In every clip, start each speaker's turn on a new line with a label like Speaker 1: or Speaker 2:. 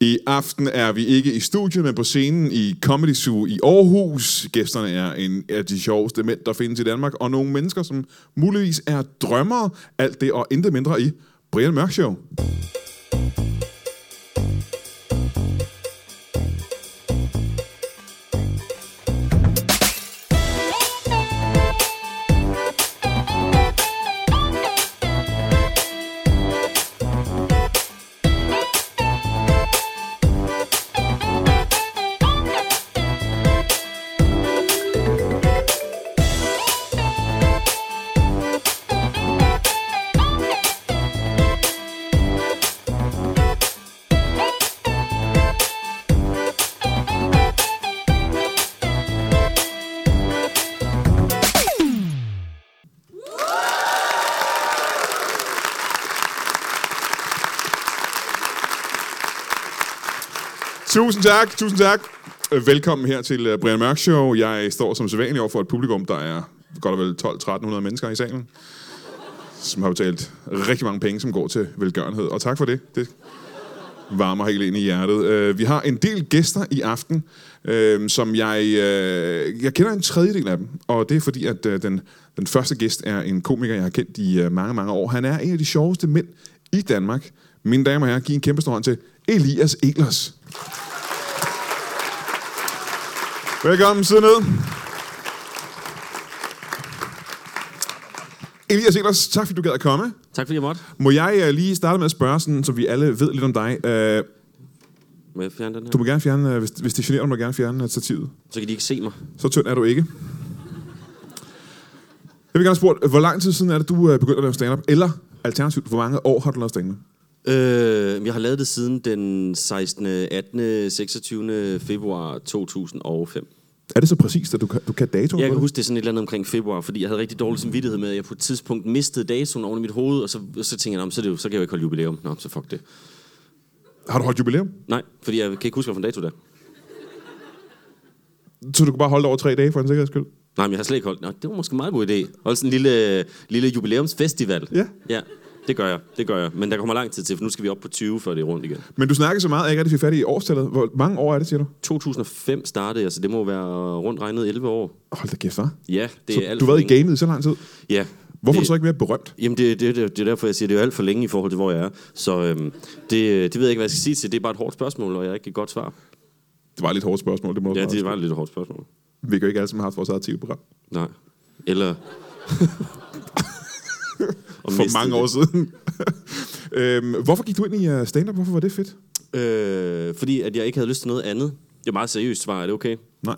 Speaker 1: I aften er vi ikke i studiet, men på scenen i Comedy Zoo i Aarhus. Gæsterne er en af de sjoveste mænd, der findes i Danmark, og nogle mennesker, som muligvis er drømmere. Alt det og intet mindre i Brian Mørk Show. Tusind tak, tusind tak. Øh, Velkommen her til øh, Brian Mørk Show. Jeg står som sædvanlig over for et publikum, der er godt og vel 12-1300 mennesker i salen, som har betalt rigtig mange penge, som går til velgørenhed. Og tak for det. Det varmer helt ind i hjertet. Øh, Vi har en del gæster i aften, øh, som jeg... øh, Jeg kender en tredjedel af dem, og det er fordi, at øh, den, den første gæst er en komiker, jeg har kendt i øh, mange, mange år. Han er en af de sjoveste mænd i Danmark. Mine damer og herrer, giv en kæmpe stor hånd til Elias Eglers. Velkommen, sidde ned. Elias Eglers, tak fordi du gad at komme.
Speaker 2: Tak fordi jeg måtte.
Speaker 1: Må jeg øh, lige starte med at spørge, sådan, så vi alle ved lidt om dig. Øh,
Speaker 2: Må jeg fjerne den her?
Speaker 1: Du må gerne fjerne, øh, hvis, hvis det generer dig, må du gerne fjerne øh, stativet.
Speaker 2: Så kan de ikke se mig.
Speaker 1: Så tynd er du ikke. Jeg vil gerne have spurgt, øh, hvor lang tid siden er det, du øh, begyndte at lave stand-up? Eller alternativt, hvor mange år har du lavet stand-up?
Speaker 2: Øh, jeg har lavet det siden den 16., 18., 26. februar 2005.
Speaker 1: Er det så præcist, at du kan, du kan dato?
Speaker 2: Jeg kan huske, det er sådan et eller andet omkring februar, fordi jeg havde rigtig dårlig samvittighed med, at jeg på et tidspunkt mistede datoen oven i mit hoved, og så, og så tænkte jeg, "Nå, men så, er det jo, så kan jeg jo ikke holde jubilæum. Nå, så fuck det.
Speaker 1: Har du holdt jubilæum?
Speaker 2: Nej, fordi jeg kan ikke huske, hvilken dato det er.
Speaker 1: Så du kunne bare holde det over tre dage, for en sikkerheds skyld?
Speaker 2: Nej, men jeg har slet ikke holdt. Nå, det var måske en meget god idé. Holde sådan en lille, lille jubilæumsfestival.
Speaker 1: Ja.
Speaker 2: Ja, det gør jeg. Det gør jeg. Men der kommer lang tid til, for nu skal vi op på 20, før det er rundt igen.
Speaker 1: Men du snakker så meget, at jeg ikke rigtig fik fat i årstallet. Hvor mange år er det, siger du?
Speaker 2: 2005 startede jeg, så det må være rundt regnet 11 år.
Speaker 1: Hold da kæft, hva'?
Speaker 2: Ja, det
Speaker 1: Så
Speaker 2: er alt
Speaker 1: du har
Speaker 2: for
Speaker 1: været i
Speaker 2: længe.
Speaker 1: gamet i så lang tid.
Speaker 2: Ja.
Speaker 1: Hvorfor er du
Speaker 2: det,
Speaker 1: så ikke mere berømt?
Speaker 2: Jamen, det, det, det, det er derfor, jeg siger, det er alt for længe i forhold til, hvor jeg er. Så øhm, det, det ved jeg ikke, hvad jeg skal sige til. Det er bare et hårdt spørgsmål, og jeg har ikke et godt svar.
Speaker 1: Det var et lidt hårdt spørgsmål. Det må du
Speaker 2: Ja,
Speaker 1: bare
Speaker 2: det var
Speaker 1: sige.
Speaker 2: et lidt hårdt spørgsmål.
Speaker 1: Vi kan jo ikke alle sammen have haft vores eget tv-program.
Speaker 2: Nej. Eller... Og
Speaker 1: For
Speaker 2: mistede
Speaker 1: mange år siden. øhm, hvorfor gik du ind i øh, stand-up? Hvorfor var det fedt?
Speaker 2: det. Øh, fordi at jeg ikke havde lyst til noget andet. Det er meget seriøst svar, er det okay?
Speaker 1: Nej.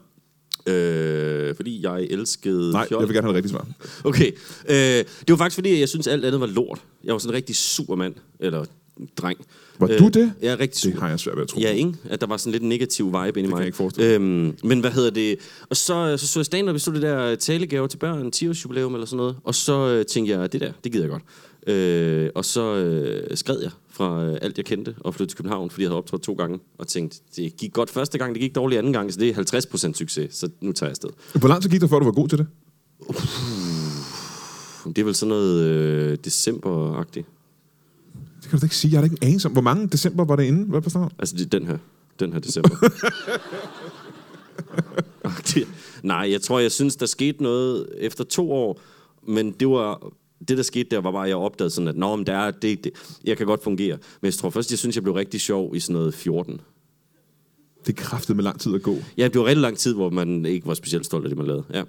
Speaker 2: Øh, fordi jeg elskede
Speaker 1: Nej,
Speaker 2: fjol.
Speaker 1: jeg vil gerne have det rigtige svar.
Speaker 2: Okay. Øh, det var faktisk fordi, jeg synes alt andet var lort. Jeg var sådan en rigtig supermand, eller dreng.
Speaker 1: Var du det?
Speaker 2: Jeg er rigtig
Speaker 1: Det
Speaker 2: super.
Speaker 1: har jeg svært ved at tro.
Speaker 2: Ja, ikke? At der var sådan lidt en negativ vibe inde i mig.
Speaker 1: jeg ikke forestille
Speaker 2: øhm, Men hvad hedder det? Og så så, så jeg stand-up, jeg så det der øh, talegaver til børn, 10 års jubilæum eller sådan noget. Og så øh, tænkte jeg, det der, det gider jeg godt. Øh, og så øh, skred jeg fra øh, alt, jeg kendte, og flyttede til København, fordi jeg havde optrådt to gange, og tænkte, det gik godt første gang, det gik dårligt anden gang, så det er 50% succes, så nu tager jeg afsted.
Speaker 1: Hvor lang tid gik det, før du var god til det?
Speaker 2: Det er vel sådan noget øh, december-agtigt.
Speaker 1: Det kan du da ikke sige. Jeg har da ikke en anelse om, hvor mange december var det inde? Hvad på snart?
Speaker 2: Altså det, er den her. Den her december. Ah, det- Nej, jeg tror, jeg synes, der skete noget efter to år, men det var... Det, der skete der, var bare, at jeg opdagede sådan, at Nå, men der er, det, det, jeg kan godt fungere. Men jeg tror først, jeg synes, jeg blev rigtig sjov i sådan noget 14.
Speaker 1: Det er kraftet med lang tid at gå.
Speaker 2: Ja, det var rigtig lang tid, hvor man ikke var specielt stolt af det, man lavede. Ja.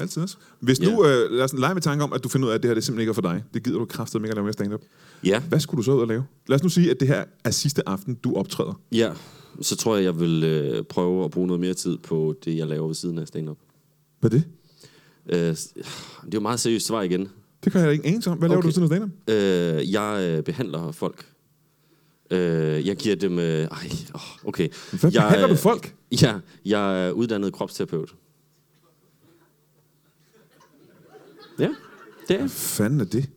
Speaker 1: Altid også. Hvis nu, øh, lad os lege med tanke om, at du finder ud af, at det her det simpelthen ikke er for dig. Det gider du kraftet med ikke at lave mere stand-up.
Speaker 2: ja.
Speaker 1: Hvad skulle du så ud og lave? Lad os nu sige, at det her er sidste aften, du optræder.
Speaker 2: Ja, så tror jeg, jeg vil øh, prøve at bruge noget mere tid på det, jeg laver ved siden af stand-up.
Speaker 1: Hvad er det?
Speaker 2: Øh, s- det er jo et meget seriøst svar igen.
Speaker 1: Det kan jeg da ikke anelse om. Hvad laver
Speaker 2: Okay.
Speaker 1: du ved siden af stand-up?
Speaker 2: Øh, jeg øh, behandler folk. Øh, jeg giver dem... Øh, ej, åh, okay.
Speaker 1: Hvad
Speaker 2: jeg,
Speaker 1: behandler du
Speaker 2: øh,
Speaker 1: folk?
Speaker 2: Ja, jeg er uddannet kropsterapeut. Ja, det er
Speaker 1: Fanden er det?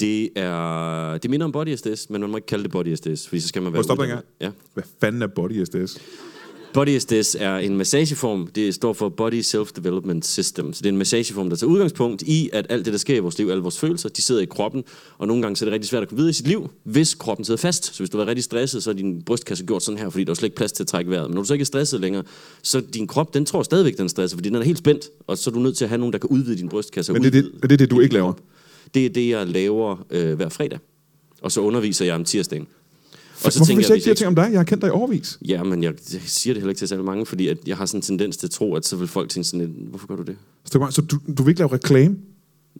Speaker 2: det. Er, det minder om body SDS, men man må ikke kalde det body SDS, fordi så skal man være...
Speaker 1: Må jeg stoppe dig
Speaker 2: uddannet. Ja.
Speaker 1: Hvad fanden er body SDS?
Speaker 2: Body SDS er en massageform. Det står for Body Self-Development System. Så det er en massageform, der tager udgangspunkt i, at alt det, der sker i vores liv, alle vores følelser, de sidder i kroppen. Og nogle gange så er det rigtig svært at komme videre i sit liv, hvis kroppen sidder fast. Så hvis du har været rigtig stresset, så er din brystkasse gjort sådan her, fordi der er slet ikke plads til at trække vejret. Men når du så ikke er stresset længere, så din krop, den tror stadigvæk, den er stresset, fordi den er helt spændt. Og så er du nødt til at have nogen, der kan udvide din brystkasse. og
Speaker 1: Men det er det,
Speaker 2: udvide-
Speaker 1: det, er det du ikke laver.
Speaker 2: det er det, jeg laver øh, hver fredag. Og så underviser jeg om tirsdagen. Og
Speaker 1: Hvorfor vidste jeg ikke de her
Speaker 2: hvis
Speaker 1: ting om dig? Jeg har kendt dig i overvis.
Speaker 2: Ja, men jeg siger det heller ikke til særlig mange, fordi at jeg har sådan en tendens til at tro, at så vil folk tænke sådan lidt, hvorfor gør du det?
Speaker 1: Så, du- så du, du vil ikke lave reklame?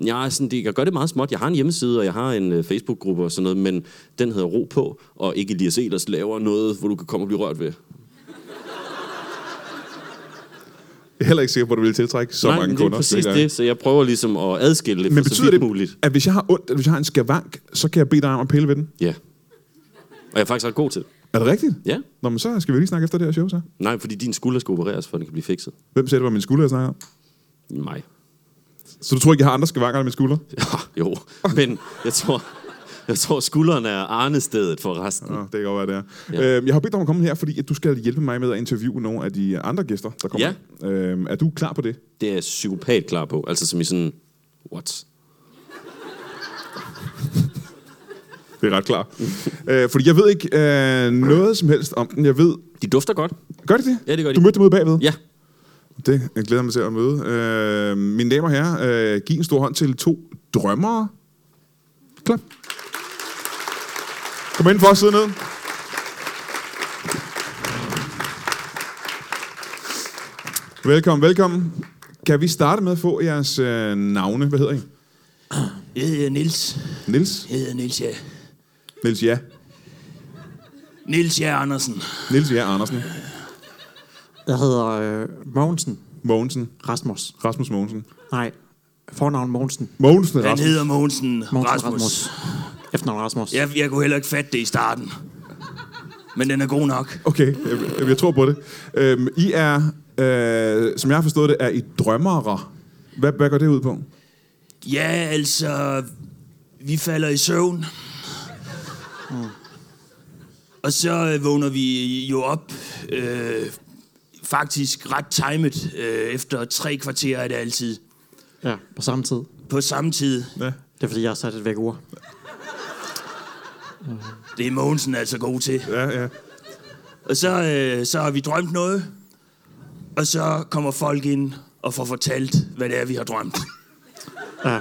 Speaker 2: Jeg, er sådan, det, jeg gør det meget småt. Jeg har en hjemmeside, og jeg har en øh, Facebook-gruppe og sådan noget, men den hedder Ro på, og ikke Elias Elers laver noget, hvor du kan komme og blive rørt ved.
Speaker 1: Jeg er heller ikke sikker på, at du vil tiltrække så
Speaker 2: Nej,
Speaker 1: mange
Speaker 2: men det er
Speaker 1: kunder.
Speaker 2: præcis
Speaker 1: tænker jeg.
Speaker 2: det, så jeg prøver ligesom at adskille det
Speaker 1: Men
Speaker 2: for så
Speaker 1: betyder
Speaker 2: vidt
Speaker 1: det,
Speaker 2: muligt.
Speaker 1: at hvis jeg har ondt, eller hvis jeg har en skavank, så kan jeg bede dig om at pille ved den?
Speaker 2: Ja. Og jeg er faktisk ret god til det.
Speaker 1: Er det rigtigt?
Speaker 2: Ja.
Speaker 1: Nå, men så skal vi lige snakke efter det her show, så.
Speaker 2: Nej, fordi din skulder skal opereres, for at den kan blive fikset.
Speaker 1: Hvem sagde, det var min skulder, jeg snakker om?
Speaker 2: Mig.
Speaker 1: Så du tror ikke, jeg har andre skavanker end min skulder?
Speaker 2: Ja, jo, men jeg tror, jeg tror skulderen er arnestedet for resten.
Speaker 1: Nå, det kan godt være, det er.
Speaker 2: Ja.
Speaker 1: Ja. Øhm, jeg har bedt dig om at komme her, fordi at du skal hjælpe mig med at interviewe nogle af de andre gæster, der kommer. Ja. Øhm, er du klar på det?
Speaker 2: Det er jeg psykopat klar på. Altså som i sådan, what?
Speaker 1: Det er ret klar. øh, fordi jeg ved ikke øh, noget som helst om den. Jeg ved...
Speaker 2: De dufter godt.
Speaker 1: Gør det det?
Speaker 2: Ja, det gør de.
Speaker 1: Du mødte dem ude bagved?
Speaker 2: Ja,
Speaker 1: Det jeg glæder jeg mig til at møde. Øh, mine damer og herrer, øh, giv en stor hånd til to drømmere. Klap. Kom ind for at sidde ned. Velkommen, velkommen. Kan vi starte med at få jeres øh, navne? Hvad hedder I?
Speaker 3: Jeg hedder Nils.
Speaker 1: Nils?
Speaker 3: Jeg hedder Nils, ja.
Speaker 1: Nils Ja.
Speaker 3: Nils J. Andersen.
Speaker 1: Nils Ja Andersen.
Speaker 4: Jeg hedder øh, Mogensen.
Speaker 1: Mogensen.
Speaker 4: Rasmus.
Speaker 1: Rasmus Mogensen.
Speaker 4: Nej, fornavn Mogensen.
Speaker 1: Mogensen
Speaker 3: Han
Speaker 1: Rasmus.
Speaker 3: hedder Mogensen
Speaker 4: Mogensen
Speaker 3: Rasmus. Rasmus.
Speaker 4: Efternavn Rasmus.
Speaker 3: Jeg, jeg kunne heller ikke fatte det i starten. Men den er god nok.
Speaker 1: Okay, jeg, jeg, jeg tror på det. Øhm, I er, øh, som jeg har forstået det, er I drømmere. Hvad, hvad går det ud på?
Speaker 3: Ja, altså... Vi falder i søvn. Og så øh, vågner vi jo op... Øh, faktisk ret timet øh, efter tre kvarter er det altid.
Speaker 4: ja, på samme tid.
Speaker 3: På samme tid.
Speaker 1: Ja.
Speaker 4: Det er fordi, jeg har sat et væk ur.
Speaker 3: Det er Mogensen altså god til.
Speaker 1: Ja, ja.
Speaker 3: Og så, øh, så har vi drømt noget, og så kommer folk ind og får fortalt, hvad det er, vi har drømt.
Speaker 4: Ja.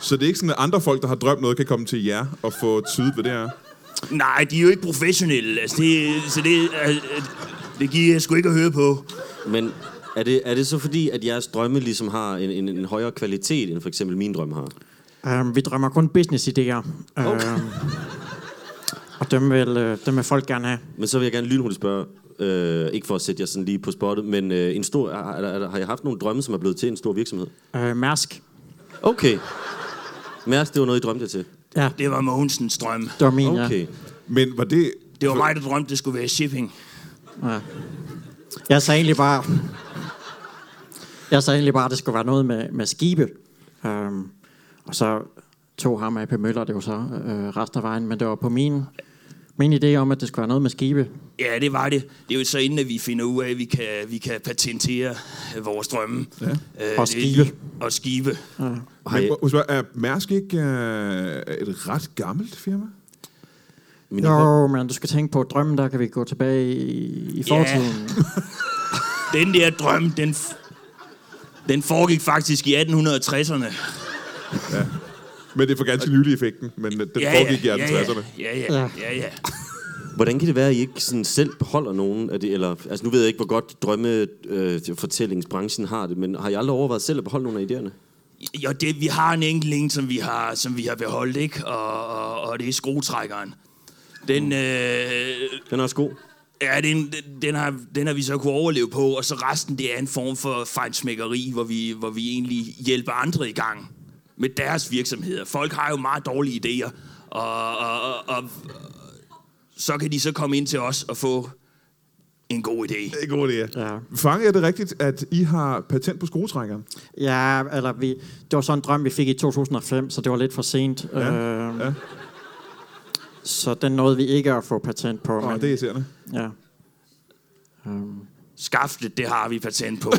Speaker 1: Så det er ikke sådan, at andre folk, der har drømt noget, kan komme til jer og få tydet, hvad det er?
Speaker 3: Nej, de er jo ikke professionelle, altså det, så det, øh, øh, det giver jeg sgu ikke at høre på.
Speaker 2: men er det, er det så fordi, at jeres drømme ligesom har en, en, en højere kvalitet, end for eksempel mine drømme har?
Speaker 4: Um, vi drømmer kun business-idéer. Okay. Um, og dem vil, øh, dem vil folk gerne have.
Speaker 2: Men så vil jeg gerne lynhurtigt spørge, øh, ikke for at sætte jer sådan lige på spottet, men øh, en stor, er, er, er, har jeg haft nogle drømme, som er blevet til en stor virksomhed?
Speaker 4: Uh, Mærsk.
Speaker 2: Okay. Mærsk, det var noget, I drømte jer til.
Speaker 4: Ja,
Speaker 3: Det var Mogensens drøm.
Speaker 4: det var min, ja.
Speaker 2: Okay.
Speaker 1: Men var det...
Speaker 3: Det var mig, der drømte, det skulle være shipping.
Speaker 4: ja. Jeg sagde egentlig bare... Jeg sagde egentlig bare, at det skulle være noget med, med skibe. Um, og så tog ham af P. Møller, det var så øh, resten af vejen, men det var på min, min idé om, at det skulle være noget med skibe.
Speaker 3: Ja, det var det. Det er jo så inden, at vi finder ud af, at vi kan, vi kan patentere øh, vores drømme. Ja. Øh,
Speaker 4: Og
Speaker 3: det-
Speaker 4: skibe.
Speaker 3: Og skibe.
Speaker 1: Men,
Speaker 2: Har I,
Speaker 1: må- må jeg spørge, er Mærsk ikke øh, et ret gammelt firma?
Speaker 2: min,
Speaker 4: Jo, men du skal tænke på drømmen, der kan vi gå tilbage i, i fortiden.
Speaker 3: Den der drøm, den, f- den foregik faktisk i 1860'erne.
Speaker 1: Men det er for ganske nylig effekten, men øh, den foregik i 1860'erne.
Speaker 3: Ja, ja, ja, ja, ja.
Speaker 2: Hvordan kan det være, at I ikke sådan selv beholder nogen af det? Eller, altså nu ved jeg ikke, hvor godt drømmefortællingsbranchen har det, men har I aldrig overvejet selv at beholde nogle af idéerne?
Speaker 3: Jo, det, vi har en enkelt en, som vi har, som vi har beholdt, ikke? Og, og, og det er skruetrækkeren. Den, øh,
Speaker 2: Den er også god.
Speaker 3: ja, den, den- den, har, den har vi så kunne overleve på, og så resten, det er en form for fejnsmækkeri, hvor vi, hvor vi egentlig hjælper andre i gang med deres virksomheder. Folk har jo meget dårlige idéer, og, og, og, og så kan de så komme ind til os og få en god idé.
Speaker 1: Det er en god idé.
Speaker 4: Ja.
Speaker 1: Fanger jeg det rigtigt, at I har patent på skruetrækkeren?
Speaker 4: Ja, eller vi, det var sådan en drøm, vi fik i 2005, så det var lidt for sent. Ja. Øh,
Speaker 1: ja.
Speaker 4: Så den nåede vi ikke at få patent på.
Speaker 1: Åh,
Speaker 4: men,
Speaker 1: det er irriterende.
Speaker 4: ja. Um,
Speaker 3: Skaftet, det har vi patent på.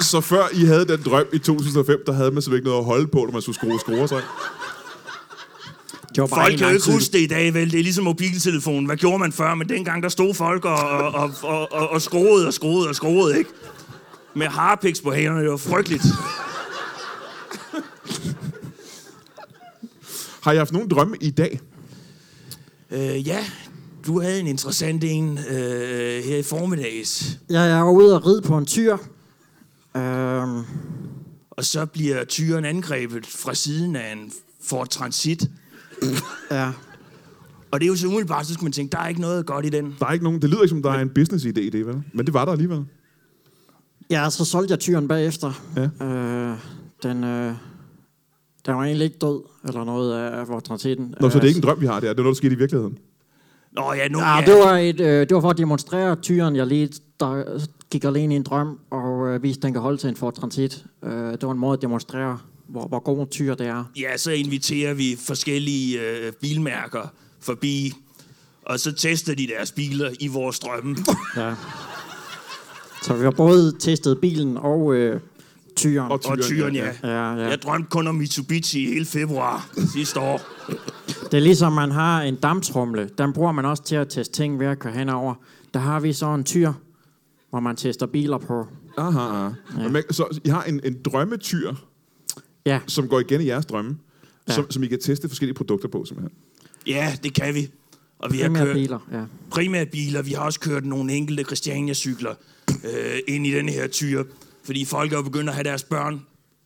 Speaker 1: Så før I havde den drøm i 2005, der havde man simpelthen ikke noget at holde på, når man skulle skrue skruer sig.
Speaker 4: det var bare
Speaker 3: Folk kan
Speaker 4: en
Speaker 3: jo
Speaker 4: lang
Speaker 3: ikke
Speaker 4: tid.
Speaker 3: huske det i dag, vel? Det er ligesom mobiltelefonen. Hvad gjorde man før? Men dengang, der stod folk og, og, og, og, og, og skruede og skruede og skruede, ikke? Med harpiks på hænderne. Det var frygteligt.
Speaker 1: Har I haft nogen drømme i dag?
Speaker 3: Øh, ja, du havde en interessant en øh, her i formiddags.
Speaker 4: Ja, jeg var ude og ride på en tyr.
Speaker 1: Øhm,
Speaker 4: Um,
Speaker 3: Og så bliver tyren angrebet fra siden af en Ford Transit.
Speaker 4: ja.
Speaker 3: Og det er jo så umiddelbart, så skulle man tænke, der er ikke noget godt i den.
Speaker 1: Der er ikke nogen, det lyder ikke som, der er en business-idé i det, vel? Men det var der alligevel.
Speaker 4: ja, så solgte jeg tyren bagefter.
Speaker 1: Ja.
Speaker 4: Øh, den, øh, den var egentlig ikke død, eller noget af, af vores transiten.
Speaker 1: Nå, så det er ikke en drøm, vi har der. Det er noget, der skete i virkeligheden.
Speaker 3: Nå ja, nu...
Speaker 4: Ja, det var, et, øh, det var for at demonstrere tyren, jeg lige der gik alene i en drøm og øh, viste, at den kan holde til en Ford Transit. Øh, det var en måde at demonstrere, hvor, hvor god en tyr det er.
Speaker 3: Ja, så inviterer vi forskellige øh, bilmærker forbi, og så tester de deres biler i vores drømme.
Speaker 4: Ja. Så vi har både testet bilen og øh, tyren.
Speaker 1: Og
Speaker 3: Og tyren, ja.
Speaker 4: Ja, ja.
Speaker 3: Jeg drømte kun om Mitsubishi i hele februar sidste år.
Speaker 4: Det er ligesom, man har en damptrumle. Den bruger man også til at teste ting ved at køre henover. Der har vi så en tyr, hvor man tester biler på.
Speaker 1: Aha, aha. Ja. Men, så I har en, en drømmetyr,
Speaker 4: Ja,
Speaker 1: som går igen i jeres drømme, ja.
Speaker 4: Ja.
Speaker 1: som, som I kan teste forskellige produkter på, simpelthen.
Speaker 3: Ja, det kan vi. Og vi har
Speaker 4: primært
Speaker 3: kørt
Speaker 4: biler. Ja.
Speaker 3: primært biler. Vi har også kørt nogle enkelte Christiania-cykler øh, ind i den her tyre. Fordi folk er jo begyndt at have deres børn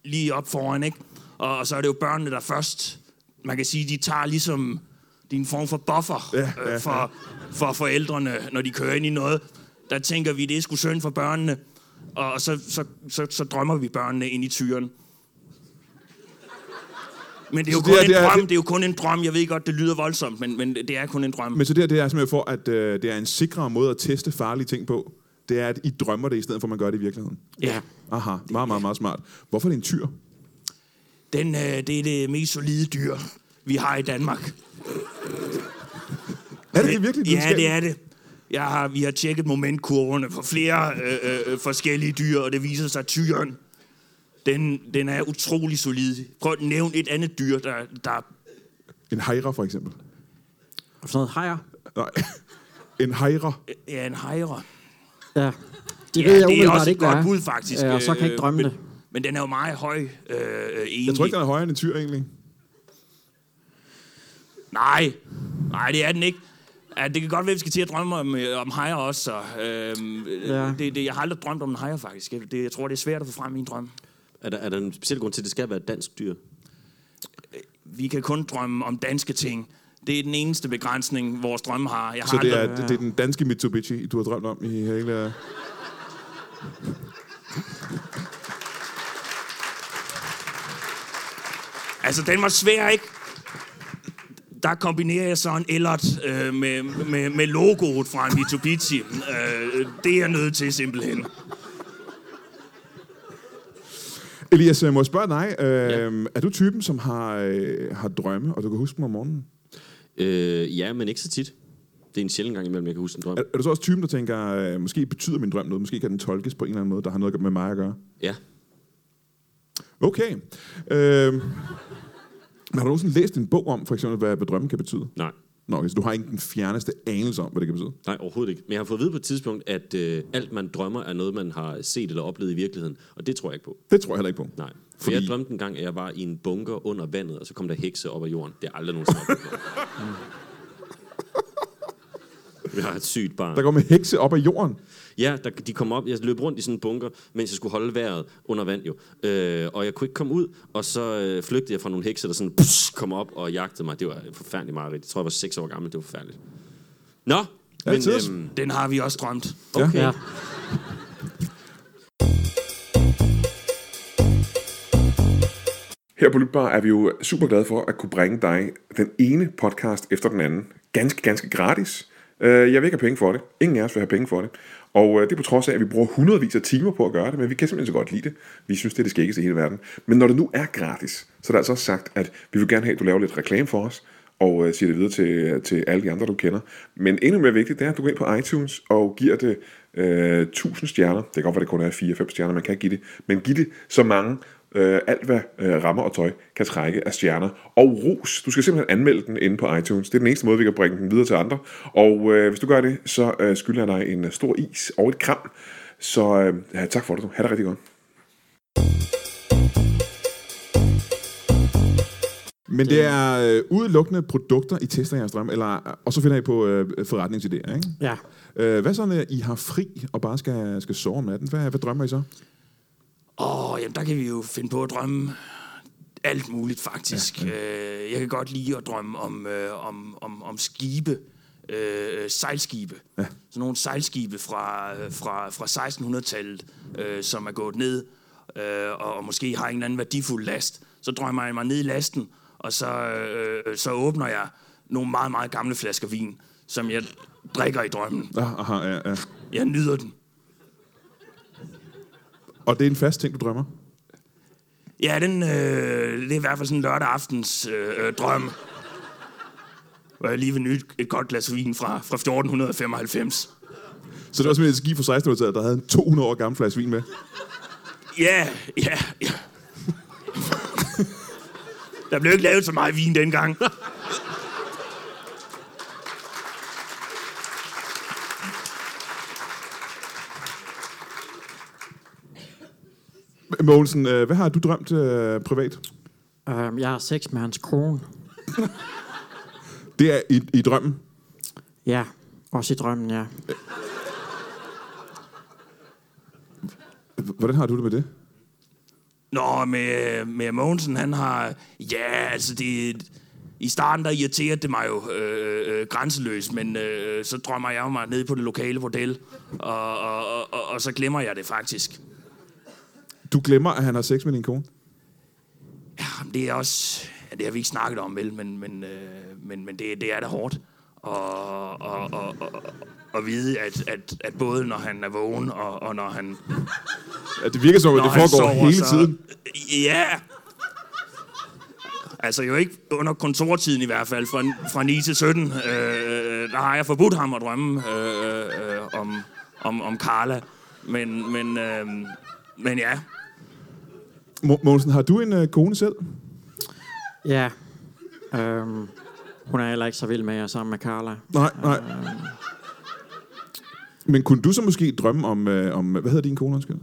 Speaker 3: lige op foran, ikke? Og, og så er det jo børnene, der først... Man kan sige, de tager ligesom... Det er en form for buffer
Speaker 1: Ja, ja,
Speaker 3: øh, for, for forældrene, når de kører ind i noget. Der tænker vi, det er sgu synd for børnene. Og så, så, så, så drømmer vi børnene ind i tyren. Men det er jo
Speaker 1: Så
Speaker 3: kun
Speaker 1: det er- det
Speaker 3: en
Speaker 1: er-
Speaker 3: drøm.
Speaker 1: det-
Speaker 3: Det er jo kun en drøm. Jeg ved godt, det lyder voldsomt, men, men det er kun en drøm.
Speaker 1: Men så det her, det er simpelthen for, at øh, det er en sikrere måde at teste farlige ting på. Det er, at I drømmer det, i stedet for, at man gør det i virkeligheden.
Speaker 4: ja.
Speaker 1: Aha, meget, meget, meget smart. Hvorfor er det en tyr?
Speaker 3: Den, øh, det er det mest solide dyr, vi har i Danmark.
Speaker 1: Er det, det virkelig
Speaker 3: Ja, det
Speaker 1: videnskabeligt?
Speaker 3: er det. Jeg har, vi har tjekket momentkurverne for flere øh, øh, øh, forskellige dyr, og det viser sig, at tyren, den, den er utrolig solid. Prøv at nævne et andet dyr, der... der
Speaker 1: En hejra, for eksempel.
Speaker 4: Og sådan noget hajer.
Speaker 1: Nej, en hejra.
Speaker 3: er en hejre.
Speaker 4: Ja. Det
Speaker 3: Ja,
Speaker 4: ved jeg
Speaker 3: det er
Speaker 4: umiddelbart
Speaker 3: også et
Speaker 4: ikke, hvad
Speaker 3: godt
Speaker 4: er.
Speaker 3: bud, faktisk.
Speaker 4: Ja, og så kan jeg ikke
Speaker 3: Øh,
Speaker 4: drømme
Speaker 3: men-
Speaker 4: det.
Speaker 3: Men den er jo meget høj, øh, øh, egentlig.
Speaker 1: Jeg tror ikke, den er højere end en tyr, egentlig.
Speaker 3: Nej, nej, det er den ikke. Ja, det kan godt være, at vi skal til at drømme om, øh, om hejer også. Så, øhm, ja.
Speaker 4: Ja.
Speaker 3: det, det, jeg har aldrig drømt om en hejer, faktisk. Jeg, det, jeg tror, det er svært at få frem i en drøm.
Speaker 2: Er der, er der en speciel grund til, at det skal være et dansk dyr?
Speaker 3: Vi kan kun drømme om danske ting. Det er den eneste begrænsning, vores drømme har. Jeg har
Speaker 1: Så det er,
Speaker 3: aldrig-
Speaker 1: det, det er den danske Mitsubishi, du har drømt om i hele...
Speaker 3: Altså, den var svær, ikke? Der kombinerer jeg så en ellert øh, med, med, med logoet fra en Mitsubishi. øh, det er jeg nødt til, simpelthen.
Speaker 1: Elias, jeg må jeg spørge dig. Øh, Er du typen, som har, øh, har drømme, og du kan huske dem om morgenen?
Speaker 2: Øh, ja, men ikke så tit. Det er en sjældent gang imellem, jeg kan huske en drøm.
Speaker 1: Er, er du så også typen, der tænker, øh, måske betyder min drøm noget, måske kan den tolkes på en eller anden måde, der har noget med mig at gøre?
Speaker 2: Ja.
Speaker 1: Okay. Øh, men har du nogensinde læst en bog om, for eksempel, hvad, hvad drømme kan betyde?
Speaker 2: Nej.
Speaker 1: Nå, okay, så du har ikke den fjerneste anelse om, hvad det kan betyde.
Speaker 2: Nej, overhovedet ikke. Men jeg har fået at vide på et tidspunkt, at øh, alt, man drømmer, er noget, man har set eller oplevet i virkeligheden. Og det tror jeg ikke på.
Speaker 1: Det tror jeg heller ikke på.
Speaker 2: Nej. For
Speaker 1: Fordi-
Speaker 2: Fordi... jeg drømte en gang, at jeg var i en bunker under vandet, og så kom der hekse op af jorden. Det er aldrig nogensinde oplevet. Jeg har et sygt barn.
Speaker 1: Der går med hekse op af jorden.
Speaker 2: Ja, der, de kom op. Jeg løb rundt i sådan en bunker, mens jeg skulle holde vejret under vand jo. Øh, og jeg kunne ikke komme ud, og så øh, flygtede jeg fra nogle hekse, der sådan pss, kom op og jagtede mig. Det var forfærdeligt meget rigtigt. Jeg tror, jeg var seks år gammel. Det var forfærdeligt. Nå, men
Speaker 1: Altid.
Speaker 2: øhm,
Speaker 3: Den har vi også drømt.
Speaker 2: okay.
Speaker 4: Ja.
Speaker 2: Ja.
Speaker 5: Her på Lytbar er vi jo super glade for at kunne bringe dig den ene podcast efter den anden. Ganske, ganske gratis.
Speaker 1: Øh, jeg vil ikke have penge for det. Ingen af os vil have penge for det. Og øh, det er på trods af, at vi bruger hundredvis af timer på at gøre det, men vi kan simpelthen så godt lide det. Vi synes, det er det skæggeste i hele verden. Men når det nu er gratis, så er der altså også sagt, at vi vil gerne have, at du laver lidt reklame for os, og øh, siger det videre til, til alle de andre, du kender. Men endnu mere vigtigt, det er, at du går ind på iTunes og giver det øh, 1000 stjerner. Det kan godt være, det kun er 4-5 stjerner, man kan give det. Men giv det så mange, øh, alt hvad øh, rammer og tøj kan trække af stjerner. Og ros, du skal simpelthen anmelde den inde på iTunes. Det er den eneste måde, vi kan bringe den videre til andre. Og øh, hvis du gør det, så øh, skylder jeg dig en øh, stor is og et kram. Så øh, ja, tak for det, du. Ha' det rigtig godt. Men det er øh, udelukkende produkter, I tester jeres drøm, eller, og så finder I på øh, forretningsidéer, ikke?
Speaker 4: Ja.
Speaker 1: Øh, hvad så, når I har fri og bare skal, skal sove om natten? Hvad, hvad drømmer I så?
Speaker 3: Åh, jamen der kan vi jo finde på at drømme alt muligt faktisk. Ja, ja. Jeg kan godt lide at drømme om, øh, om, om, om skibe, øh, sejlskibe. Ja. Sådan nogle sejlskibe fra, øh, fra, fra 1600-tallet, øh, som er gået ned øh, og, og måske har en eller anden værdifuld last. Så drømmer jeg mig ned i lasten, og så, øh, så åbner jeg nogle meget, meget gamle flasker vin, som jeg drikker i drømmen.
Speaker 1: Ah, aha, ja, ja.
Speaker 3: Jeg nyder den.
Speaker 1: Og det er en fast ting, du drømmer?
Speaker 3: Ja, den, øh, det er i hvert fald sådan en lørdag aftens øh, øh, drøm. Hvor jeg lige vil nyde et godt glas vin fra, fra 1495.
Speaker 1: Så det var simpelthen et skib fra 1600-tallet, der havde en 200 år gammel flaske vin med?
Speaker 3: Ja, ja, ja. Der blev ikke lavet så meget vin dengang.
Speaker 1: Mogensen, øh, hvad har du drømt øh, privat?
Speaker 4: Øhm, jeg har sex med hans kone.
Speaker 1: Det er i, i drømmen.
Speaker 4: Ja, også i drømmen, ja.
Speaker 1: H- Hvordan har du det med det?
Speaker 3: Nå, med, med Mogensen, han har... Ja, altså det... I starten, der irriterede det mig jo øh, øh, grænseløst, men øh, så drømmer jeg jo mig ned på det lokale bordel, og, og, og, og, og så glemmer jeg det faktisk.
Speaker 1: Du glemmer, at han har sex med din kone.
Speaker 3: Jamen, det er også... ja, Det har vi ikke snakket om, vel, men, men, øh, men, men det, det er da hårdt at, at, at, at, at vide, at, at, at både når han er vågen, og, og når han,
Speaker 1: Ja, det virker som, at
Speaker 3: når
Speaker 1: det
Speaker 3: han
Speaker 1: foregår
Speaker 3: sover,
Speaker 1: hele tiden.
Speaker 3: Ja! Altså jo ikke under kontortiden i hvert fald, fra, fra 9 til 17. Øh, der har jeg forbudt ham at drømme øh, øh, om, om, om Carla. Men, men, øh, men ja,
Speaker 1: Mo- Mogensen, har du en øh, kone selv?
Speaker 4: Ja. Øhm, hun er heller ikke så vild med jer sammen med Carla.
Speaker 1: Nej, nej.
Speaker 3: Øh.
Speaker 1: Men kunne du så måske drømme om... Øh, om hvad hedder din kone, undskyld?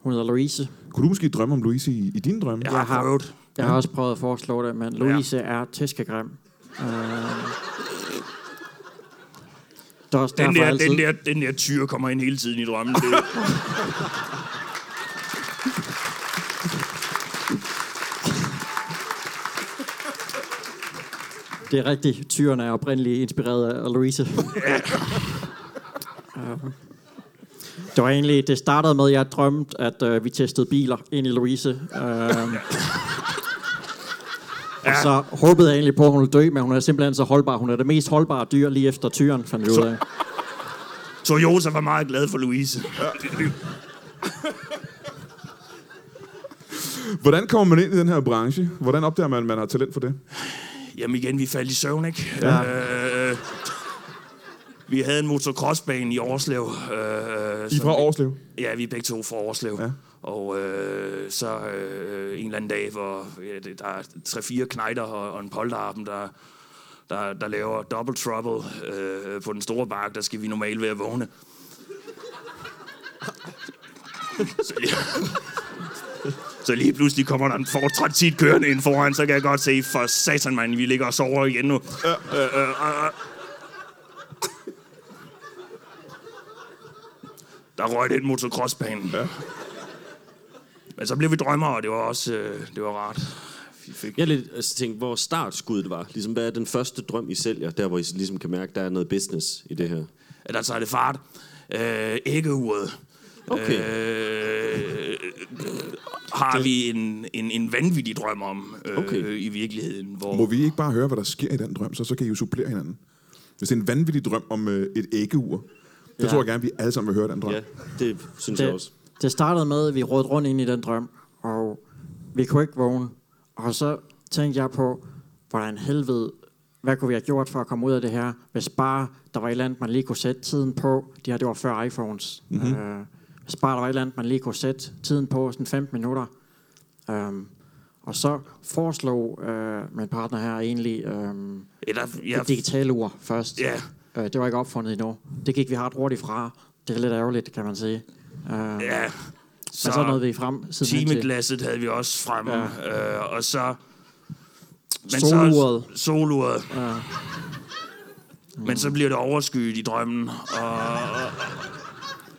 Speaker 4: Hun hedder Louise.
Speaker 1: Kunne du måske drømme om Louise i, i dine drømme?
Speaker 3: jeg har prøvet.
Speaker 4: Jeg har også prøvet at foreslå det, men Louise ja. er tæskegrim. Øhm, det er også
Speaker 3: Den
Speaker 4: derfor
Speaker 3: der,
Speaker 4: altid...
Speaker 3: den, der, den der tyr kommer ind hele tiden i drømmen. Det,
Speaker 4: Det er rigtigt. Tyrene er oprindeligt inspireret af Louise. Øhm. det var egentlig, det startede med, at jeg drømte, at øh, vi testede biler ind i Louise. Øhm. Og så håbede jeg egentlig på, at hun ville dø, men hun er simpelthen så holdbar. Hun er det mest holdbare dyr lige efter tyren, fandt vi ud af.
Speaker 3: Toyota var meget glad for Louise.
Speaker 1: Hvordan kommer man ind i den her branche? Hvordan opdager man, at man har talent for det?
Speaker 3: Jamen igen, vi faldt i søvn, ikke? Ja. Øh, vi havde en motocrossbane i Årslev. Øh,
Speaker 1: I er
Speaker 3: som-
Speaker 1: fra Årslev.
Speaker 3: Ja, vi er begge to fra Årslev.
Speaker 1: Ja.
Speaker 3: Ja. Og øh, så øh, en eller anden dag, hvor ja, det- der er tre-fire knejder og, og en polterappen, der, der, der laver double trouble øh, på den store bakke, der skal vi normalt være vågne. Så, ja. så lige pludselig kommer der en Ford Transit kørende ind foran, så kan jeg godt se, for satan mand, vi ligger og sover igen nu. Øh, øh, øh, øh. Der røg det ind motocrossbanen. Ja. Men så blev vi drømmer, og det var også øh, det var rart. Vi fik
Speaker 2: Jeg har lidt altså, tænkt, hvor startskuddet var. Ligesom, hvad er den første drøm, I sælger? Der, hvor I ligesom kan mærke, der er noget business i det her.
Speaker 3: at der tager det fart. Øh, æggeuret.
Speaker 2: Okay.
Speaker 3: Øh, har vi en, en, en vanvittig drøm om øh,
Speaker 2: Okay.
Speaker 3: okay. i virkeligheden, hvor...
Speaker 1: Må vi ikke bare høre, hvad der sker i den drøm, så, så kan I jo supplere hinanden? Hvis det er en vanvittig drøm om øh, et æggeur, så
Speaker 4: Ja.
Speaker 1: tror jeg gerne, at vi alle sammen vil høre den drøm.
Speaker 2: Ja, det synes jeg også.
Speaker 4: det, det startede med, at vi rådte rundt ind i den drøm, og vi kunne ikke vågne. Og så tænkte jeg på, hvordan helvede, hvad kunne vi have gjort for at komme ud af det her, hvis bare der var et eller andet, man lige kunne sætte tiden på. Det her, det var før iPhones. Mm-hmm. Øh, hvis bare der var et eller andet, man lige kunne sætte tiden på, sådan 15 minutter. Øhm, og så foreslog øh, min partner her egentlig øhm,
Speaker 3: Eller,
Speaker 4: ja.
Speaker 3: ja,
Speaker 4: et digitalt ur først.
Speaker 3: Ja.
Speaker 4: Øh, det var ikke opfundet endnu. Det gik vi hardt hurtigt fra. Det er lidt ærgerligt, kan man sige. Øh,
Speaker 3: ja.
Speaker 4: så, men så nåede vi frem siden hen til.
Speaker 3: Timeglasset havde vi også fremme, ja. øh, og så...
Speaker 4: Soluret.
Speaker 3: Så, soluret. Ja. Men så bliver det overskyet i drømmen, og... og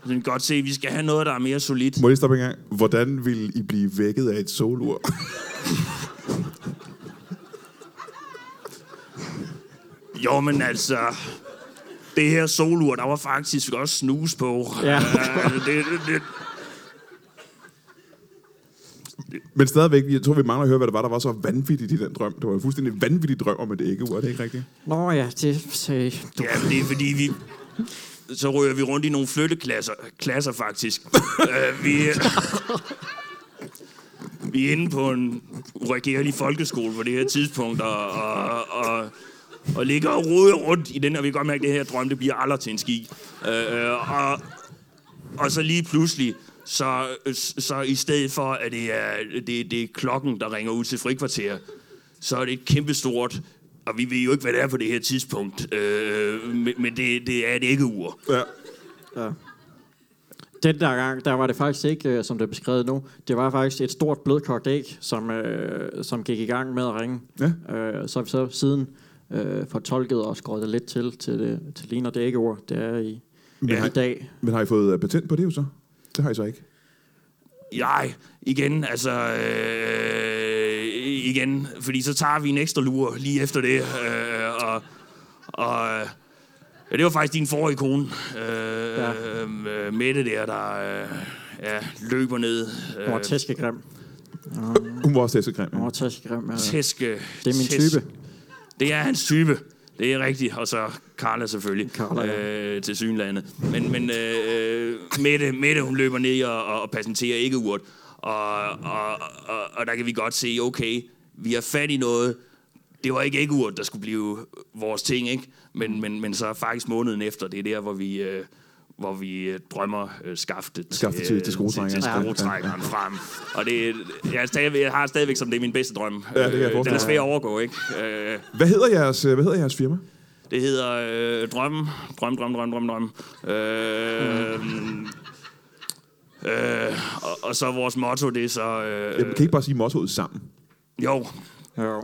Speaker 3: så kan vi godt se, at vi skal have noget, der er mere solidt.
Speaker 1: Må jeg lige stoppe en gang? Hvordan ville I blive vækket af et solur?
Speaker 3: Jo, men altså... Det her solur, der var faktisk også snus på.
Speaker 4: Ja.
Speaker 3: Øh, det, det, det,
Speaker 1: Men stadigvæk, jeg tror, vi mangler at høre, hvad det var, der var så vanvittigt i den drøm. Det var en fuldstændig vanvittig drøm om et æggeur, er det ikke rigtigt?
Speaker 4: Nå ja, det sagde du.
Speaker 3: ja, men det er fordi, vi... Så rører vi rundt i nogle flytteklasser, klasser faktisk. øh, vi, vi er inde på en regerlig folkeskole på det her tidspunkt, og, og, og, og ligger og roder rundt i den, og vi kan godt mærke, at det her drøm, det bliver aldrig til en ski. Øh, øh, og, og så lige pludselig, så, øh, så i stedet for, at det er, det, det er klokken, der ringer ud til frikvarter, så er det et kæmpestort, og vi ved jo ikke, hvad det er på det her tidspunkt, øh, men, men det, det er et æggeur.
Speaker 1: Ja.
Speaker 4: Den der gang, der var det faktisk ikke, øh, som det er beskrevet nu. Det var faktisk et stort blødkogt æg, som, øh, som gik i gang med at ringe.
Speaker 1: Ja.
Speaker 4: Øh, så har vi så siden øh, fortolket og skåret det lidt til, til det, til ligner det æggeord, det er i,
Speaker 1: har-
Speaker 4: i dag.
Speaker 1: Men har I fået øh, patent på det jo så? Det har I så ikke.
Speaker 3: Nej, igen, altså, øh, igen, fordi så tager vi en ekstra lur lige efter det, øh, og, og ja, det var faktisk din forrige kone, øh,
Speaker 4: Ja.
Speaker 3: ja. Mette der, der øh, ja, løber ned,
Speaker 4: Hun var
Speaker 3: øh,
Speaker 4: tæskegrim.
Speaker 1: Hun var også tæskegrim.
Speaker 4: Hun var tæskegrim. ja.
Speaker 3: tæske.
Speaker 4: Det er min type.
Speaker 3: Det er hans type. Det er rigtigt. Og så Carla selvfølgelig.
Speaker 4: Carla, ja.
Speaker 3: øh, til synlandet. Men, men øh, Mette, Mette, hun løber ned og, og, og præsenterer ikke urt. Og, og, og, og, der kan vi godt se, okay, vi har fat i noget. Det var ikke æggeurt, der skulle blive vores ting, ikke? Men, men, men så faktisk måneden efter, det er der, hvor vi, øh, hvor vi øh, drømmer øh, skaftet,
Speaker 1: Skaftet til- til
Speaker 3: øh,
Speaker 1: skruetrækkeren.
Speaker 3: til, til
Speaker 1: Ja.
Speaker 3: skruetrækkeren frem. Og det, jeg, er stadig, jeg har stadigvæk, som det er min bedste drøm.
Speaker 1: Ja, det kan jeg
Speaker 3: Øh, den
Speaker 1: forestille
Speaker 3: er
Speaker 1: mig.
Speaker 3: svær at overgå, ikke? Øh,
Speaker 1: Hvad hedder jeres, øh, hvad hedder jeres firma?
Speaker 3: det hedder øh, Drømme. Drøm, drøm, drøm, drøm, drøm. Øh, øh, og, og så vores motto, det er så... Øh,
Speaker 1: Jamen, kan I ikke bare sige mottoet sammen?
Speaker 3: jo,
Speaker 4: Jo.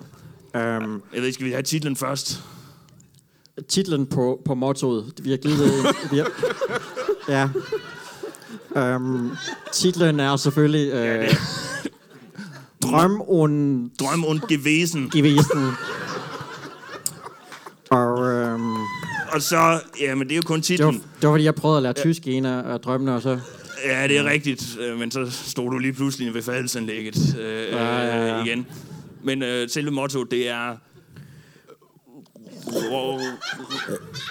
Speaker 4: Øhm,
Speaker 3: jeg ved ikke, skal vi have titlen først?
Speaker 4: titlen på, på mottoet. Vi har givet det... en- Vi har, ja. Øhm, titlen er selvfølgelig... Øh, Drøm und
Speaker 3: Drøm und Gewesen.
Speaker 4: Gewesen. Og øhm,
Speaker 3: Og så... Jamen, det er jo kun
Speaker 4: det, var,
Speaker 3: titlen.
Speaker 4: det var, fordi jeg prøvede at lære tysk i en af af drømmene, og så...
Speaker 3: Ja, det er
Speaker 4: Mm.
Speaker 3: rigtigt. øh, Men så stod du lige pludselig ved fadelsanlægget øh,
Speaker 4: ja, ja.
Speaker 3: øh, igen. Men øh, selve mottoet, det er...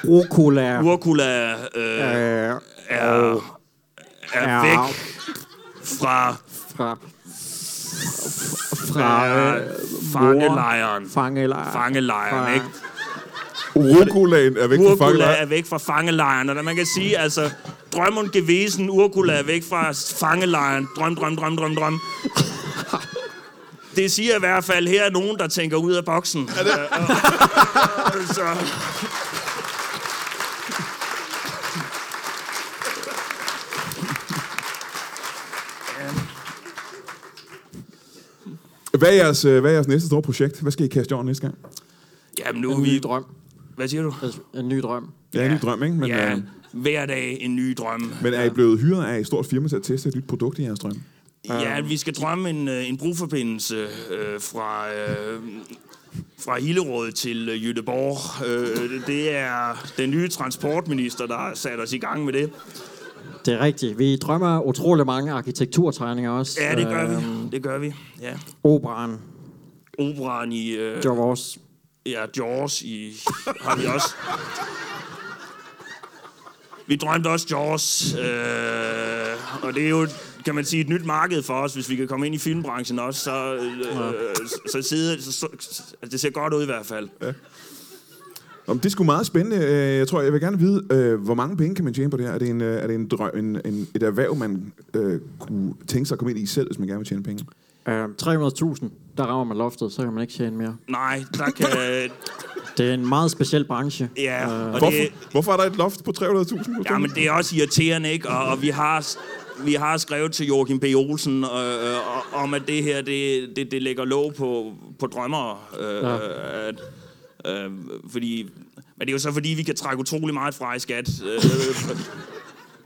Speaker 4: Rucola
Speaker 3: Urkula øh,
Speaker 4: øh,
Speaker 3: er, er
Speaker 4: er
Speaker 3: væk fra
Speaker 4: fra... Fra... Øh,
Speaker 3: fangelejren.
Speaker 4: fangelejr.
Speaker 3: fangelejren, ikke?
Speaker 1: Urokolaen er væk fra
Speaker 3: Urkula
Speaker 1: fangelejren.
Speaker 3: er væk fra fangelejren, og der man kan sige, altså, drøm und gewesen, Urkula er væk fra fangelejren, drøm, drøm, drøm, drøm, drøm. Det siger i hvert fald, her er nogen, der tænker ud af boksen. Er det? Så,
Speaker 1: Hvad er, jeres, øh, hvad er jeres næste store projekt? Hvad skal I kaste over næste gang?
Speaker 3: jamen nu er
Speaker 4: En ny
Speaker 3: vi...
Speaker 4: drøm. Altså,
Speaker 3: Hvad siger du?
Speaker 4: En ny drøm.
Speaker 1: Det er en ny drøm, ikke? Men,
Speaker 3: Ja,
Speaker 6: øhm,
Speaker 1: øh,
Speaker 3: hver dag en ny drøm.
Speaker 1: men er I blevet hyret af et stort firma til at teste et nyt produkt i jeres drøm?
Speaker 3: Ja, vi skal drømme en, øh, en broforbindelse øh, fra, øh, fra Hillerød til øh, Jødeborg. Øh, det- det er den nye transportminister, der har sat os i gang med det.
Speaker 4: Det er rigtigt. Vi drømmer utrolig mange arkitekturtegninger også.
Speaker 3: Ja, det gør
Speaker 4: Øhm,
Speaker 3: vi. Det gør vi. Ja.
Speaker 4: Operan.
Speaker 3: Operan i... Øh,
Speaker 4: Det var vores
Speaker 3: Ja, Jaws i, har vi også. Vi drømte også Jaws, øh, og det er jo, kan man sige, et nyt marked for os, hvis vi kan komme ind i filmbranchen også, så, øh, så, sidder, så, så, så det ser godt ud i hvert fald.
Speaker 6: Nå, men det er sgu meget spændende. Øh, Jeg tror, jeg vil gerne vide, øh, hvor mange penge kan man tjene på det her? Er det, en, øh, er det en drøm, en, en, et erhverv, man øh, kunne tænke sig at komme ind i selv, hvis man gerne vil tjene penge?
Speaker 4: Øhm, 300.000, der rammer man loftet, så kan man ikke tjene mere.
Speaker 3: Nej, der kan...
Speaker 4: Det er en meget speciel branche.
Speaker 3: Ja, og det,
Speaker 6: Hvorfor, hvorfor er der et loft på 300.000?
Speaker 3: Ja, men det er også irriterende, ikke? Og, og vi har vi har skrevet til Joachim B. Olsen øh, øh, om, at det her, det, det, det lægger låg på, på drømmer. Øh, ja. at, øh, fordi, men det er jo så, fordi vi kan trække utrolig meget fra i skat. Øh,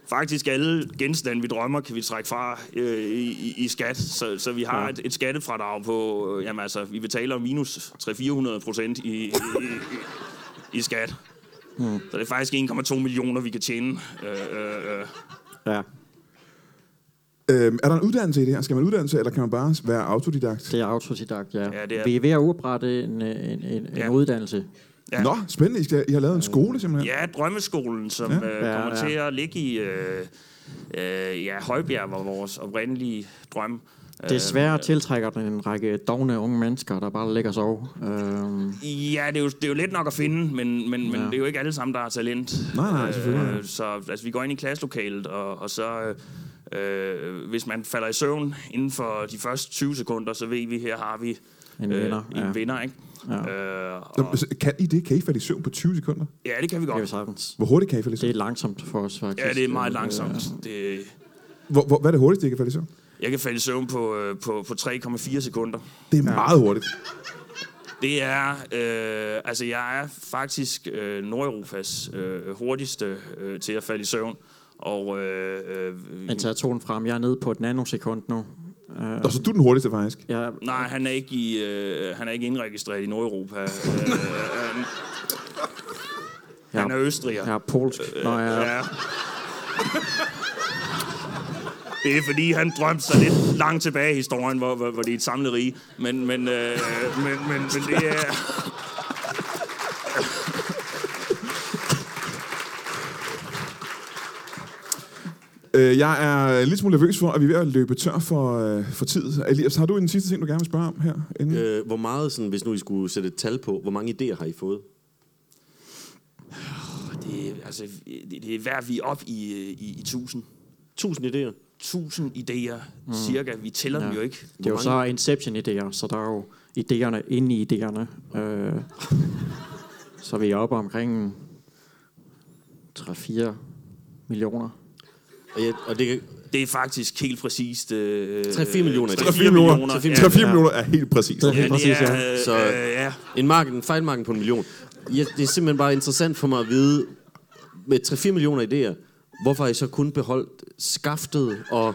Speaker 3: faktisk alle genstande, vi drømmer, kan vi trække fra øh, i, i- i skat. Så, så vi har et, et skattefradrag på, øh, jamen altså, vi betaler minus 300-400 procent i, i, i, i skat. Så det er faktisk 1,2 millioner, vi kan tjene. Øh, øh, øh.
Speaker 4: Ja,
Speaker 6: Øhm, er der en uddannelse i det her? Skal man uddanne sig, eller kan man bare være autodidakt?
Speaker 4: det er autodidakt, ja.
Speaker 3: Ja, det er-
Speaker 4: Vi er ved at oprette en, en, en, en
Speaker 3: Ja.
Speaker 4: uddannelse.
Speaker 6: Ja.
Speaker 3: Ja.
Speaker 6: Nå, spændende. I, skal, I har lavet en skole, simpelthen.
Speaker 3: Ja, drømmeskolen, som ja. Øh,
Speaker 4: Ja,
Speaker 3: kommer
Speaker 4: ja.
Speaker 3: ja. til at ligge i øh, øh, ja, Højbjerg, var vores oprindelige drøm. øh,
Speaker 4: Desværre tiltrækker den en række dogne unge mennesker, der bare ligger og sover. Øhm,
Speaker 3: Ja, det er, jo, det er jo let nok at finde, men, men, men
Speaker 4: Ja.
Speaker 3: det er jo ikke alle sammen, der har talent.
Speaker 6: Nej, nej, selvfølgelig.
Speaker 3: Øh, så altså, vi går ind i klasselokalet, og, og så... øh, Øh, hvis man falder i søvn inden for de første 20 sekunder, så ved vi, her har vi øh,
Speaker 4: En vinder,
Speaker 3: en
Speaker 4: ja.
Speaker 3: vinder ikke? Ja. Øh,
Speaker 6: Nå,
Speaker 3: og,
Speaker 6: så Kan I det? Kan I falde i søvn på 20 sekunder?
Speaker 3: ja, det kan vi
Speaker 4: det
Speaker 3: godt.
Speaker 4: er jo sagtens.
Speaker 6: Hvor hurtigt kan I falde i
Speaker 4: Det er
Speaker 6: søvn?
Speaker 4: langsomt for os, faktisk.
Speaker 3: Ja, det er meget
Speaker 4: Øh,
Speaker 3: langsomt. Det,
Speaker 6: Hvor, hvor, hvad er det hurtigste, I kan falde i søvn?
Speaker 3: jeg kan falde i søvn på, øh, på, på 3,4 sekunder.
Speaker 6: Det er ja. meget hurtigt.
Speaker 3: Det er, øh, altså jeg er faktisk øh, Nordeuropas øh, hurtigste øh, til at falde i søvn. Og øh, øh,
Speaker 4: Jeg tager tonen frem. Jeg er nede på et nanosekund nu. Øh,
Speaker 6: Nå, så du er den hurtigste, faktisk.
Speaker 4: jeg,
Speaker 3: nej, han er ikke, i, øh, han er ikke indregistreret i Nordeuropa. øh, han, han er østriger.
Speaker 4: jeg er polsk. Nå, jeg,
Speaker 3: Øh, Ja. Det er fordi, han drømte sig lidt langt tilbage i historien, hvor, hvor, hvor det er et samlet rige. Men, men, øh, men, men, men det er...
Speaker 6: Øh, jeg er lidt smule nervøs for, at vi er ved at løbe tør for, øh, for tid. Elias, har du en sidste ting, du gerne vil spørge om her? Inden? Øh.
Speaker 2: Øh, hvor meget, sådan, hvis nu I skulle sætte et tal på, hvor mange idéer har I fået?
Speaker 3: Det, er- altså, det, det er hver vi er op i, øh, i, i tusind.
Speaker 2: 1000 idéer.
Speaker 3: Tusind idéer, mm. cirka. Vi tæller ja. dem jo ikke.
Speaker 4: det er jo så Inception-idéer, så der er jo idéerne inde i idéerne. Øh, så vi er oppe omkring 3-4 millioner.
Speaker 2: Og, jeg, og det kan,
Speaker 3: Det er faktisk helt præcist... Øh,
Speaker 2: 3-4 millioner.
Speaker 6: 3-4 millioner. 3-4
Speaker 3: Ja,
Speaker 6: millioner er helt præcis.
Speaker 4: Det er
Speaker 3: ja,
Speaker 4: helt præcis,
Speaker 3: det
Speaker 4: ja.
Speaker 3: er, øh,
Speaker 2: Så-
Speaker 3: øh, ja.
Speaker 2: en, marken, en fejlmarken på en million. Jeg, det er simpelthen bare interessant for mig at vide, med 3-4 millioner idéer, hvorfor har I så kun beholdt skaftet og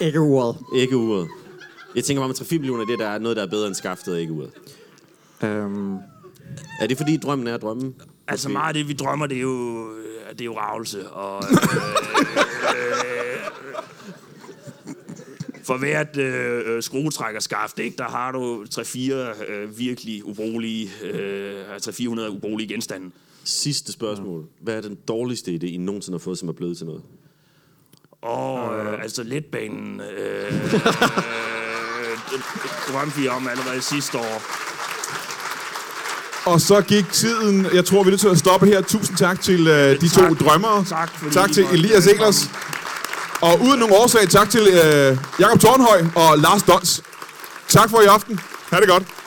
Speaker 4: Ikke ordet.
Speaker 2: æggeuret? Jeg tænker bare med 3-4 millioner idéer, der er noget, der er bedre end skaftet og æggeuret.
Speaker 4: Øhm,
Speaker 2: Er det fordi drømmen er drømmen?
Speaker 3: Altså
Speaker 2: Måske.
Speaker 3: meget af det, vi drømmer, det er jo, øh, det er jo ravelse. Og, øh, øh, for hvert øh, øh, skruetrækkerskaft, ikke, der har du 3-4 øh, virkelig ubrugelige, øh, 300-400 ubrugelige genstande.
Speaker 2: Sidste spørgsmål. Hvad er den dårligste idé, I nogensinde har fået, som er blevet til noget?
Speaker 3: Og øh, altså letbanen øh, øh, drømte vi om allerede sidste år.
Speaker 6: Og så gik tiden. Jeg tror, vi er nødt til at stoppe her. Tusind tak til øh, de
Speaker 3: Tak.
Speaker 6: to drømmere.
Speaker 3: Tak, fordi
Speaker 6: tak
Speaker 3: I
Speaker 6: til
Speaker 3: måtte
Speaker 6: Elias
Speaker 3: komme.
Speaker 6: Eglers. Og uden nogen årsag, tak til øh, Jakob Tornhøj og Lars Dons. Tak for i aften. Ha' det godt.